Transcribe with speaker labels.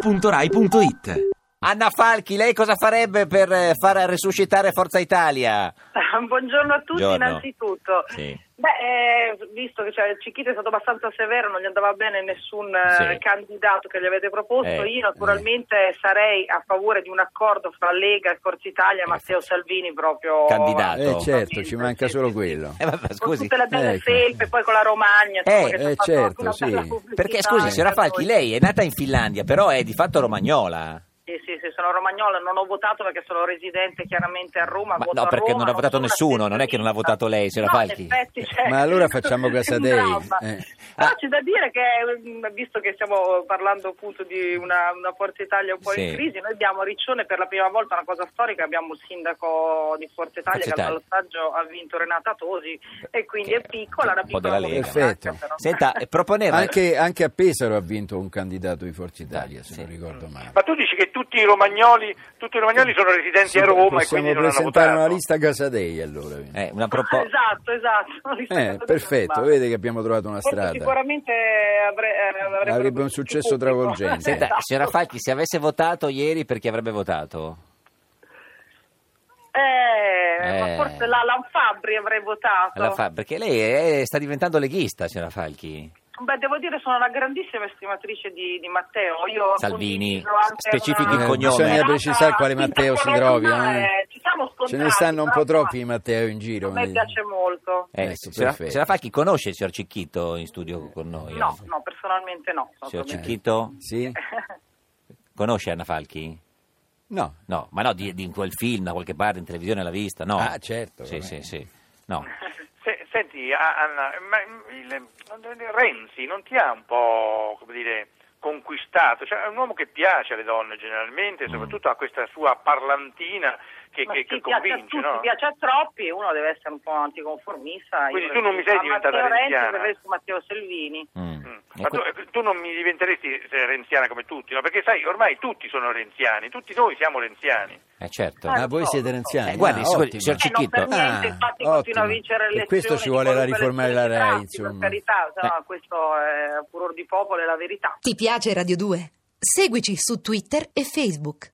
Speaker 1: radio2pod.rai.it
Speaker 2: Anna Falchi, lei cosa farebbe per eh, far risuscitare Forza Italia? Eh,
Speaker 3: Buongiorno a tutti
Speaker 2: Buongiorno.
Speaker 3: innanzitutto.
Speaker 2: Sì.
Speaker 3: Beh, eh, visto che cioè, Cicchito è stato abbastanza severo, non gli andava bene nessun
Speaker 2: Sì.
Speaker 3: eh, candidato che gli avete proposto,
Speaker 2: Eh,
Speaker 3: io naturalmente sarei a favore di un accordo fra Lega e Forza Italia, Matteo Salvini proprio...
Speaker 2: Eh, Candidato.
Speaker 4: Eh certo,
Speaker 3: Sì,
Speaker 4: ci manca
Speaker 3: sì,
Speaker 4: solo
Speaker 3: sì,
Speaker 4: quello.
Speaker 2: Eh, vabbè,
Speaker 3: Con
Speaker 2: scusi.
Speaker 3: tutte le belle
Speaker 4: Ecco.
Speaker 3: felpe, poi con la Romagna, insomma,
Speaker 2: Eh,
Speaker 3: che ci ha
Speaker 4: eh,
Speaker 3: fatto
Speaker 4: certo,
Speaker 3: una bella
Speaker 4: sì.
Speaker 3: pubblicità
Speaker 2: Perché scusi,
Speaker 3: anche
Speaker 2: signora
Speaker 3: a
Speaker 2: Falchi,
Speaker 3: noi.
Speaker 2: lei è nata in Finlandia, però è di fatto romagnola.
Speaker 3: Sì, sì, sì, sono romagnola, non ho votato perché sono residente chiaramente a Roma.
Speaker 2: Ma
Speaker 3: voto
Speaker 2: no,
Speaker 3: a
Speaker 2: perché
Speaker 3: Roma,
Speaker 2: non ha votato
Speaker 3: sono una
Speaker 2: nessuno, non è che non ha votato lei, signora
Speaker 3: No,
Speaker 2: Falchi.
Speaker 3: in effetti, cioè,
Speaker 4: Ma allora facciamo Casadei,
Speaker 3: brava.
Speaker 4: eh.
Speaker 3: Però
Speaker 2: Ah.
Speaker 3: c'è da dire che, mm, visto che stiamo parlando appunto di una, una Forza Italia un po'
Speaker 2: Sì.
Speaker 3: in crisi, noi abbiamo a Riccione per la prima volta una cosa storica, abbiamo un sindaco di Forza Italia
Speaker 2: Forza
Speaker 3: che al
Speaker 2: Italia.
Speaker 3: ballottaggio ha vinto Renata Tosi e quindi
Speaker 2: Che-
Speaker 3: è piccola, una
Speaker 2: un po' della
Speaker 3: piccola
Speaker 2: Lega.
Speaker 3: comunità,
Speaker 4: Perfetto.
Speaker 3: però.
Speaker 2: Senta, eh, proponeva...
Speaker 4: Anche, anche a Pesaro ha vinto un candidato di Forza Italia, se non ricordo male.
Speaker 5: Ma tu dici che tutti i romagnoli, tutti i romagnoli sono residenti
Speaker 4: Sì,
Speaker 5: a Roma e
Speaker 4: possiamo
Speaker 5: quindi non hanno
Speaker 4: presentare una
Speaker 5: votato.
Speaker 4: lista Casadei allora.
Speaker 2: Eh, una propo-
Speaker 3: Esatto, esatto.
Speaker 4: Eh, perfetto, vede che abbiamo trovato una
Speaker 3: Forse
Speaker 4: strada.
Speaker 3: Sicuramente avre- eh, avrebbero
Speaker 4: Avrebbe un
Speaker 3: tutti
Speaker 4: successo
Speaker 3: pubblico.
Speaker 4: travolgente.
Speaker 2: Senta,
Speaker 3: Esatto.
Speaker 2: signora Falchi, se avesse votato ieri, per chi avrebbe votato?
Speaker 3: Eh,
Speaker 2: Eh.
Speaker 3: ma forse la Lanfabri avrei votato.
Speaker 2: Alla fa- perché lei è- sta diventando leghista, signora Falchi.
Speaker 3: Beh, devo dire, sono una grandissima estimatrice di, di Matteo. Io
Speaker 2: Salvini,
Speaker 3: condivido anche
Speaker 2: specifichi
Speaker 3: una-
Speaker 2: il cognome.
Speaker 4: Eh, Bisogna
Speaker 3: una-
Speaker 4: precisare quale
Speaker 3: sì,
Speaker 4: Matteo si
Speaker 3: ma
Speaker 4: trovi,
Speaker 3: ormai,
Speaker 4: eh.
Speaker 3: Ci siamo
Speaker 4: Ce
Speaker 3: scontrati,
Speaker 4: ne stanno un po'
Speaker 3: però,
Speaker 4: troppi di Matteo in giro.
Speaker 3: A me piace molto.
Speaker 2: Eh,
Speaker 4: Ecco,
Speaker 2: signora,
Speaker 4: perfetto.
Speaker 2: signora Falchi conosce il signor Cicchito in studio con noi?
Speaker 3: No,
Speaker 2: oggi?
Speaker 3: no, personalmente no.
Speaker 2: Signor
Speaker 3: assolutamente.
Speaker 2: Cicchito,
Speaker 3: Eh.
Speaker 4: Sì?
Speaker 2: conosce Anna Falchi?
Speaker 4: No.
Speaker 2: No, ma no, di, di in quel film, da qualche parte, in televisione l'ha vista, no?
Speaker 4: Ah, certo,
Speaker 2: Sì,
Speaker 4: vabbè.
Speaker 2: sì, sì. No.
Speaker 5: Se- senti, a- Anna, ma il- il- Renzi non ti ha un po', come dire, conquistato? Cioè, è un uomo che piace alle donne generalmente, soprattutto a questa sua parlantina che,
Speaker 3: Ma
Speaker 5: che- che
Speaker 3: sì, piace a
Speaker 5: convince,
Speaker 3: tutti,
Speaker 5: no?
Speaker 3: piace a troppi, uno deve essere un po' anticonformista. Io
Speaker 5: Quindi tu non mi
Speaker 3: preferisco
Speaker 5: sei diventata
Speaker 3: Matteo Renzi,
Speaker 5: renziana?
Speaker 3: preferisco Matteo Salvini.
Speaker 2: Mm.
Speaker 5: Mm.
Speaker 2: E
Speaker 5: Ma
Speaker 2: que-
Speaker 5: tu, tu non mi diventeresti eh, renziana come tutti, no? Perché sai, ormai tutti sono renziani, tutti noi siamo renziani.
Speaker 2: eh, certo.
Speaker 3: Ah,
Speaker 4: Ma voi siete renziani?
Speaker 2: Eh, guardi,
Speaker 4: Ah,
Speaker 2: signor-
Speaker 4: ottimo.
Speaker 2: signor
Speaker 3: Eh, non per
Speaker 2: Cicchito.
Speaker 3: niente,
Speaker 4: Ah,
Speaker 3: infatti continua a
Speaker 4: ottimo.
Speaker 3: vincere le
Speaker 4: Per questo
Speaker 3: elezioni,
Speaker 4: ci vuole la
Speaker 3: con quelle
Speaker 4: riforma della
Speaker 3: elezioni
Speaker 4: RAI,
Speaker 3: di Draghi,
Speaker 4: insomma. Eh.
Speaker 3: Per carità, insomma, questo è furor di popolo, è la verità.
Speaker 6: Ti piace Radio 2? Seguici su Twitter e Facebook.